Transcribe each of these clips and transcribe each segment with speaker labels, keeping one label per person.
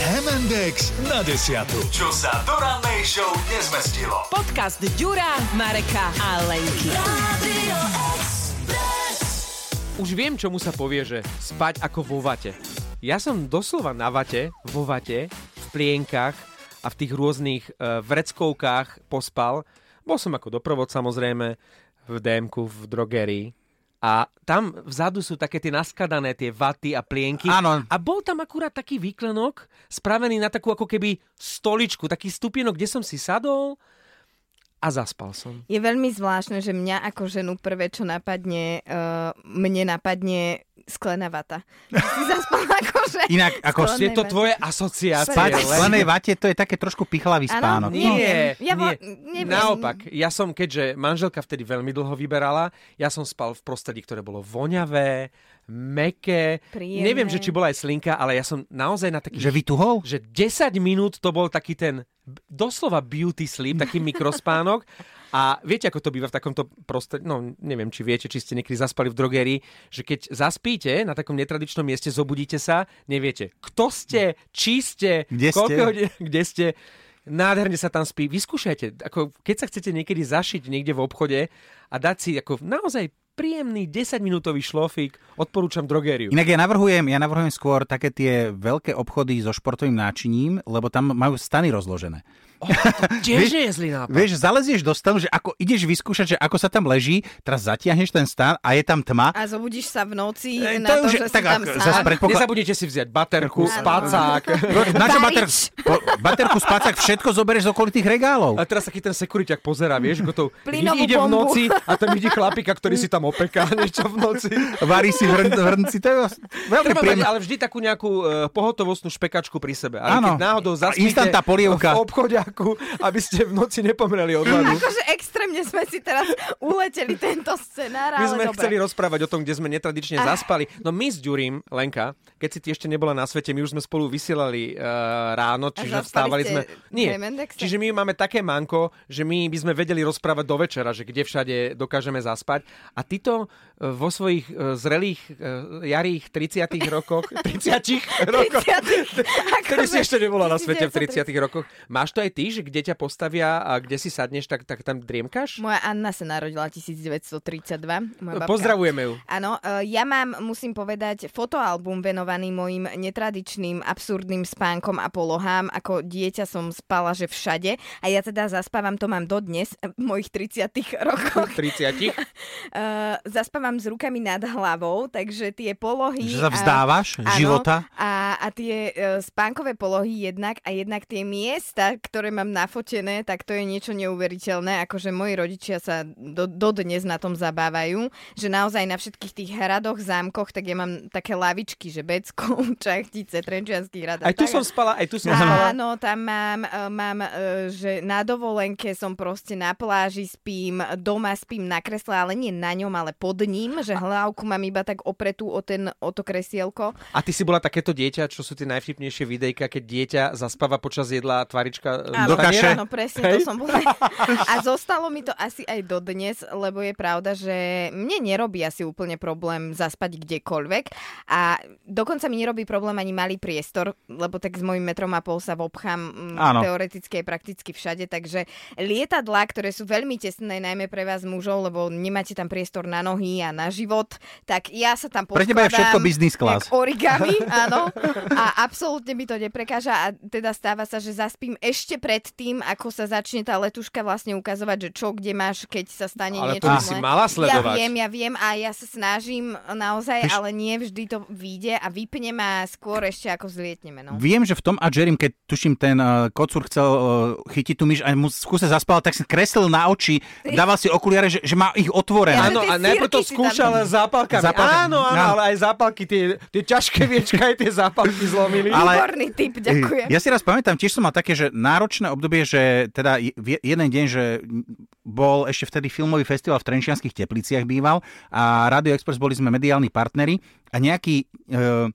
Speaker 1: Index na desiatu. Čo sa do rannej show nezmestilo.
Speaker 2: Podcast Ďura, Mareka a Lenky.
Speaker 3: Už viem, čomu sa povie, že spať ako vo vate. Ja som doslova na vate, vo vate, v plienkach a v tých rôznych uh, vreckovkách pospal. Bol som ako doprovod samozrejme v dm v drogerii. A tam vzadu sú také tie naskadané tie vaty a plienky.
Speaker 4: Áno.
Speaker 3: A bol tam akurát taký výklenok, spravený na takú ako keby stoličku, taký stupienok, kde som si sadol a zaspal som.
Speaker 5: Je veľmi zvláštne, že mňa ako ženu prvé, čo napadne, uh, mne napadne sklená vata. Si zaspala ako že...
Speaker 4: Inak, ako
Speaker 5: sklené
Speaker 3: Je to
Speaker 5: vaty.
Speaker 3: tvoje asociácie.
Speaker 4: spať v
Speaker 3: Lenka.
Speaker 4: sklenej vate, to je také trošku pichlavý
Speaker 5: Áno?
Speaker 4: spánok. Hm.
Speaker 5: Nie.
Speaker 3: Nie,
Speaker 5: Ja vo-
Speaker 3: nie.
Speaker 5: neviem.
Speaker 3: Naopak, ja som, keďže manželka vtedy veľmi dlho vyberala, ja som spal v prostredí, ktoré bolo voňavé, meké.
Speaker 5: Príjemné.
Speaker 3: Neviem, že či bola aj slinka, ale ja som naozaj na takých...
Speaker 4: Že vytuhol?
Speaker 3: že 10 minút to bol taký ten b- doslova beauty sleep, taký mikrospánok. A viete, ako to býva v takomto prostredí, no neviem, či viete, či ste niekedy zaspali v drogerii, že keď zaspíte na takom netradičnom mieste, zobudíte sa, neviete, kto ste, či ste,
Speaker 4: Kde ste?
Speaker 3: koľko hodín, kde ste. Nádherne sa tam spí. Vyskúšajte, ako keď sa chcete niekedy zašiť niekde v obchode a dať si ako naozaj príjemný 10-minútový šlofík, odporúčam drogériu.
Speaker 4: Inak ja navrhujem, ja navrhujem skôr také tie veľké obchody so športovým náčiním, lebo tam majú stany rozložené.
Speaker 3: Tiež
Speaker 4: Vieš-
Speaker 3: nie je zlý nápad.
Speaker 4: Vieš, zalezieš do stanu, že ako ideš vyskúšať, že ako sa tam leží, teraz zatiahneš ten stan a je tam tma.
Speaker 5: A zobudíš sa v noci
Speaker 4: E,
Speaker 5: na to, že si
Speaker 4: tak
Speaker 5: tam
Speaker 4: ako-
Speaker 5: sám.
Speaker 4: zas predpoklad...
Speaker 3: Nezabudnite si vziať baterku,
Speaker 5: Áno.
Speaker 3: spacák.
Speaker 4: Na čo
Speaker 5: Barič.
Speaker 4: bater... po- baterku, spacák, všetko zoberieš z okolitých regálov.
Speaker 3: A teraz taký ten sekuriťak pozera, vieš, ako to
Speaker 5: Plynovú
Speaker 3: ide v
Speaker 5: bombu.
Speaker 3: noci a tam ide chlapika, ktorý si tam opeká niečo v noci.
Speaker 4: Varí si hrn, hrnci, to je veľmi
Speaker 3: Treba mať
Speaker 4: príjemné.
Speaker 3: ale vždy takú nejakú e, pohotovostnú špekačku pri sebe. A keď
Speaker 4: Áno.
Speaker 3: náhodou zaspíte
Speaker 4: Instantná polievka.
Speaker 3: v obchodiaku, aby ste v noci nepomreli od hladu.
Speaker 5: Akože extrémne sme si teraz uleteli tento scenár,
Speaker 3: My
Speaker 5: ale
Speaker 3: sme
Speaker 5: dobre. Ah.
Speaker 3: chceli rozprávať o tom, kde sme netradične zaspali. No my s Ďurím, Lenka, keď si ty ešte nebola na svete, my už sme spolu vysielali e, ráno, čiže
Speaker 5: zaspali
Speaker 3: vstávali
Speaker 5: ste
Speaker 3: sme...
Speaker 5: v Tremendexe?
Speaker 3: čiže my máme také manko, že my by sme vedeli rozprávať do večera, že kde všade dokážeme zaspať. A ty to e, vo svojich e, zrelých e, jarých 30 rokoch... 30 rokoch...
Speaker 5: 30.
Speaker 3: Ktorý
Speaker 5: akože
Speaker 3: si ešte nebola na svete v 30
Speaker 5: 39.
Speaker 3: rokoch. Máš to aj ty, že kde ťa postavia a kde si sadneš, tak, tak tam driemkaš?
Speaker 5: Moja Anna sa narodila 1932. Moja babka.
Speaker 3: Pozdravujeme ju.
Speaker 5: Áno, e, ja mám, musím povedať, fotoalbum venovaný mojim netradičným, absurdným spánkom a polohám. Ako dieťa som spala, že všade. A ja teda zaspávam, to mám dodnes, e, v mojich 30 rokoch.
Speaker 3: 30
Speaker 5: Uh, zaspávam s rukami nad hlavou, takže tie polohy...
Speaker 4: Že sa vzdávaš
Speaker 5: a,
Speaker 4: života?
Speaker 5: Áno, a, a tie uh, spánkové polohy jednak a jednak tie miesta, ktoré mám nafotené, tak to je niečo neuveriteľné, akože moji rodičia sa do, dodnes na tom zabávajú, že naozaj na všetkých tých hradoch, zámkoch, tak ja mám také lavičky, že Beckov, Čachtice, Trenčianský hrad. a
Speaker 3: Aj tu
Speaker 5: tak.
Speaker 3: som spala, aj tu som spala.
Speaker 5: Áno, tam mám, e, mám, e, že na dovolenke som proste na pláži spím, doma spím na kresle, ale nie na ňom, ale pod ním, že hlavku mám iba tak opretú o, ten, o to kresielko.
Speaker 3: A ty si bola takéto dieťa, čo sú tie najvtipnejšie videjka, keď dieťa zaspáva počas jedla tvarička e, do
Speaker 4: Do kaše.
Speaker 3: taniera?
Speaker 5: Áno, presne,
Speaker 3: Hej.
Speaker 5: to som bola. A zostalo mi to asi aj dodnes, lebo je pravda, že mne nerobí asi úplne problém zaspať kdekoľvek a dokonca mi nerobí problém ani malý priestor, lebo tak s mojim metrom a pol sa vobchám mm,
Speaker 4: Áno.
Speaker 5: teoreticky aj prakticky všade, takže lietadlá, ktoré sú veľmi tesné, najmä pre vás mužov, lebo nemáte tam priestor na nohy a na život, tak ja sa tam
Speaker 4: Pre teba je všetko
Speaker 5: poskladám
Speaker 4: business class.
Speaker 5: jak origami, áno. A absolútne mi to neprekáža a teda stáva sa, že zaspím ešte pred tým, ako sa začne tá letuška vlastne ukazovať, že čo kde máš, keď sa stane
Speaker 3: Ale
Speaker 5: niečo.
Speaker 3: to by si
Speaker 5: zlé.
Speaker 3: mala
Speaker 5: Ja
Speaker 3: sledovať.
Speaker 5: viem, ja viem a ja sa snažím naozaj,
Speaker 4: Vieš-
Speaker 5: ale nie vždy to vyjde a vypne ma skôr ešte ako vzlietneme. No.
Speaker 4: Viem, že v tom a Jerrym, keď tuším ten uh, kocúr chcel uh, chytiť tú myš a mu skúse zaspal, tak si kreslil na oči, dával si okuliare, že, že má ich otvorené.
Speaker 5: Ja-
Speaker 3: Áno,
Speaker 5: tie
Speaker 3: a najprv to
Speaker 5: sírky si tam-
Speaker 3: skúšal zápalkami.
Speaker 4: Zápalkami.
Speaker 3: Áno, áno,
Speaker 4: Áno.
Speaker 3: ale aj zápalky, tie, tie ťažké viečka, aj tie zápalky zlomili.
Speaker 4: Ale- Eh,
Speaker 5: Výborný typ, ďakujem.
Speaker 4: Ja si raz pamätám, tiež som mal také, že náročné obdobie, že teda je- v jeden deň, že bol ešte vtedy filmový festival v Trenčianskych tepliciach býval a Radio Express boli sme mediálni partneri a nejaký... Uh,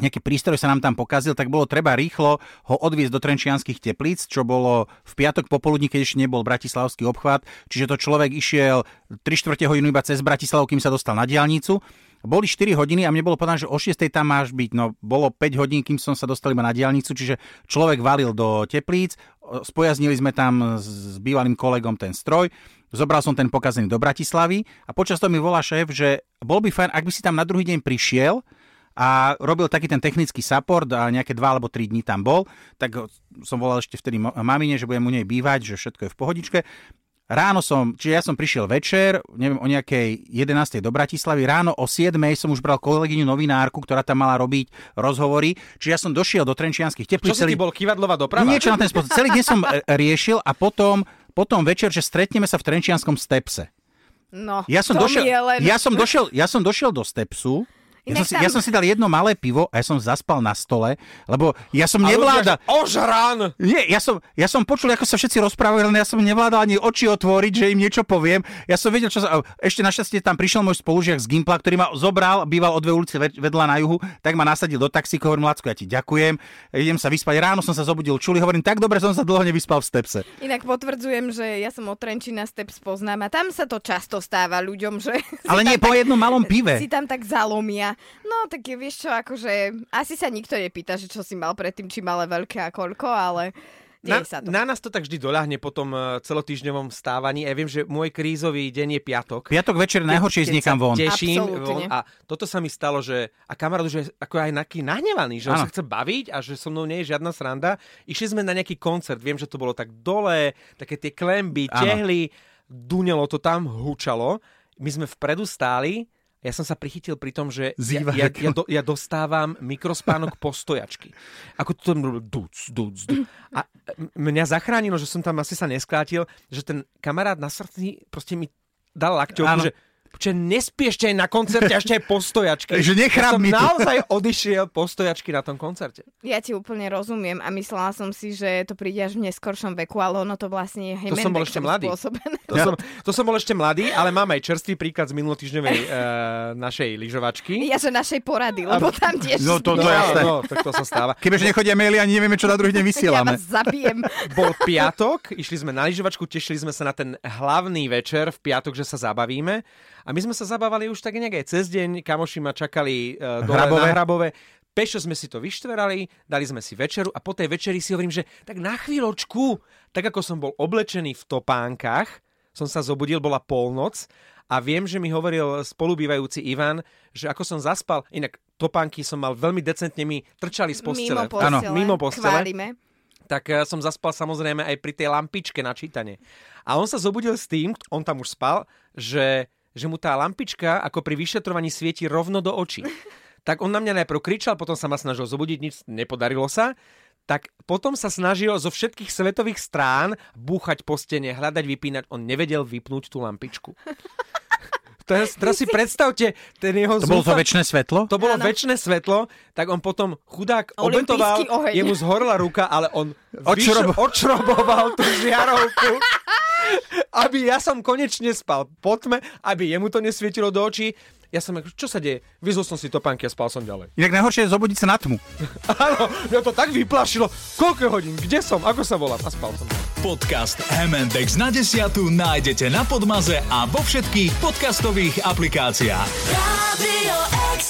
Speaker 4: nejaký prístroj sa nám tam pokazil, tak bolo treba rýchlo ho odviezť do Trenčianskych teplíc, čo bolo v piatok popoludní, keď ešte nebol bratislavský obchvat, čiže to človek išiel 3 čtvrte hodinu iba cez Bratislavu, kým sa dostal na diálnicu Boli 4 hodiny a mne bolo povedané, že o 6 tam máš byť. No bolo 5 hodín, kým som sa dostal iba na diálnicu, čiže človek valil do teplíc, o, spojaznili sme tam s s bývalým kolegom ten stroj, zobral som ten pokazený do Bratislavy a počas toho mi volá šéf, že bol by fajn, ak by si tam na druhý deň prišiel, a robil taký ten technický support a nejaké dva alebo tri dní tam bol, tak ho- som volal ešte vtedy ma- mamine, že budem u nej bývať, že všetko je v pohodičke. Ráno som, čiže ja som prišiel večer, neviem, o nejakej 11. do Bratislavy, ráno o 7. som už bral kolegyňu novinárku, ktorá tam mala robiť rozhovory, čiže ja som došiel do Trenčianskych
Speaker 3: Čo
Speaker 4: teplíc.
Speaker 3: si ty
Speaker 4: celý-
Speaker 3: bol, kývadlová doprava?
Speaker 4: Niečo na ten spôsob. Celý deň som e, riešil a potom, potom večer, že stretneme sa v Trenčianskom stepse.
Speaker 5: No,
Speaker 4: Ja som,
Speaker 5: to
Speaker 4: došiel,
Speaker 5: mi je len...
Speaker 4: ja, som došiel, ja som došiel do Stepsu, ja som,
Speaker 5: Inak
Speaker 4: si,
Speaker 5: tam-
Speaker 4: ja som si dal jedno malé pivo a ja som zaspal na stole, lebo ja som
Speaker 3: A ľudia,
Speaker 4: nevláda...
Speaker 3: že Ožran!
Speaker 4: Nie, ja som, ja som počul, ako sa všetci rozprávali, len ja som nevládal ani oči otvoriť, že im niečo poviem. Ja som vedel, čo sa... a Ešte našťastie tam prišiel môj spolužiak z Gimpla, ktorý ma zobral, býval o dve ulice ve- vedľa na juhu, tak ma nasadil do taxíka, hovorím, Lacko, ja ti ďakujem, idem sa vyspať. Ráno som sa zobudil čuli, hovorím, tak dobre som sa dlho nevyspal v Stepse.
Speaker 5: Inak potvrdzujem, že ja som od Trenčína Steps poznám a tam sa to často stáva ľuďom, že... si
Speaker 4: Ale
Speaker 5: tam
Speaker 4: nie po
Speaker 5: tak-
Speaker 4: jednom malom pive.
Speaker 5: Si tam tak zalomia. No tak je, vieš čo, akože asi sa nikto nepýta, že čo si mal predtým, či malé veľké a koľko, ale
Speaker 3: Na,
Speaker 5: deje sa to.
Speaker 3: na nás to tak vždy doľahne po tom eh, celotýždňovom stávaní. Ja viem, že môj krízový deň je piatok.
Speaker 4: Piatok večer najhoršie ísť
Speaker 3: keď
Speaker 4: niekam
Speaker 3: sa
Speaker 4: von.
Speaker 3: Teším,
Speaker 5: Absolútne.
Speaker 3: von, a toto sa mi stalo, že a kamarát už je ako aj naký nahnevaný, že on
Speaker 4: Áno.
Speaker 3: sa chce baviť a že so mnou nie je žiadna sranda. Išli sme na nejaký koncert, viem, že to bolo tak dole, také tie klemby,
Speaker 4: Áno.
Speaker 3: tehly, dunelo to tam, hučalo. My sme vpredu stáli, ja som sa prichytil pri tom, že ja,
Speaker 4: Zýva
Speaker 3: ja,
Speaker 4: ako-
Speaker 3: ja, do, ja dostávam mikrospánok postojačky. Ako to tam robil, duc, duc, duc. A m- mňa zachránilo, že som tam asi sa neskrátil, že ten kamarát na srdci proste mi dal
Speaker 4: Áno.
Speaker 3: lakťovku, že Čiže nespieš ešte aj na koncerte, ešte aj postojačky.
Speaker 4: Že nechráp
Speaker 3: ja som
Speaker 4: mi tu.
Speaker 3: naozaj odišiel postojačky na tom koncerte.
Speaker 5: Ja ti úplne rozumiem a myslela som si, že to príde až v neskoršom veku, ale ono to vlastne
Speaker 3: To
Speaker 5: je
Speaker 3: som bol ešte
Speaker 5: Hemendekom
Speaker 3: mladý.
Speaker 5: spôsobené.
Speaker 3: To, som, to som bol ešte mladý, ale mám aj čerstvý príklad z minulotýždňovej uh, našej lyžovačky.
Speaker 5: Ja, že našej porady, lebo tam tiež...
Speaker 4: No, to- to
Speaker 5: zbijem.
Speaker 4: ja- jasné.
Speaker 3: no, tak to sa stáva.
Speaker 4: Kebyže nechodia maily, ani nevieme, čo na druhý deň
Speaker 5: ja
Speaker 4: vysielame.
Speaker 5: vás zabijem.
Speaker 3: Bol piatok, išli sme na lyžovačku, tešili sme sa na ten hlavný večer v piatok, že sa zabavíme. A my sme sa zabávali už tak nejak aj cez deň, kamoši ma čakali uh, dole
Speaker 4: Hrabové.
Speaker 3: na Hrabove. Pešo sme si to vyštverali, dali sme si večeru a po tej večeri si hovorím, že tak na chvíľočku, tak ako som bol oblečený v topánkach, som sa zobudil, bola polnoc a viem, že mi hovoril spolubývajúci Ivan, že ako som zaspal, inak topánky som mal veľmi decentne, mi trčali z postele.
Speaker 5: Mimo postele.
Speaker 4: Áno.
Speaker 3: Mimo postele
Speaker 5: Chválime.
Speaker 3: tak eh, som zaspal samozrejme aj pri tej lampičke na čítanie. A on sa zobudil s tým, on tam už spal, že, že mu tá lampička ako pri vyšetrovaní svieti rovno do očí. Tak on na mňa najprv kričal, potom sa ma snažil zobudiť, nič nepodarilo sa. Tak potom sa snažil zo všetkých svetových strán búchať po stene, hľadať, vypínať. On nevedel vypnúť tú lampičku. Teraz, teraz si predstavte ten jeho
Speaker 4: To bolo to
Speaker 3: zúfal-
Speaker 4: väčšie svetlo?
Speaker 3: to bolo
Speaker 5: Áno.
Speaker 3: väčšie svetlo, tak on potom chudák
Speaker 5: Olympijský
Speaker 3: obetoval,
Speaker 5: oheň.
Speaker 3: jemu zhorla ruka, ale on
Speaker 4: Odšrobo-
Speaker 3: vyš- odšroboval tú žiarovku. aby ja som konečne spal po tme, aby jemu to nesvietilo do očí. Ja som ako, čo sa deje? Vyzol som si topánky a spal som ďalej.
Speaker 4: Inak najhoršie je zobudiť sa na tmu.
Speaker 3: Áno, mňa to tak vyplašilo. Koľko je hodín? Kde som? Ako sa volám? A spal som.
Speaker 1: Podcast Hemendex na desiatu nájdete na Podmaze a vo všetkých podcastových aplikáciách.
Speaker 6: Radio X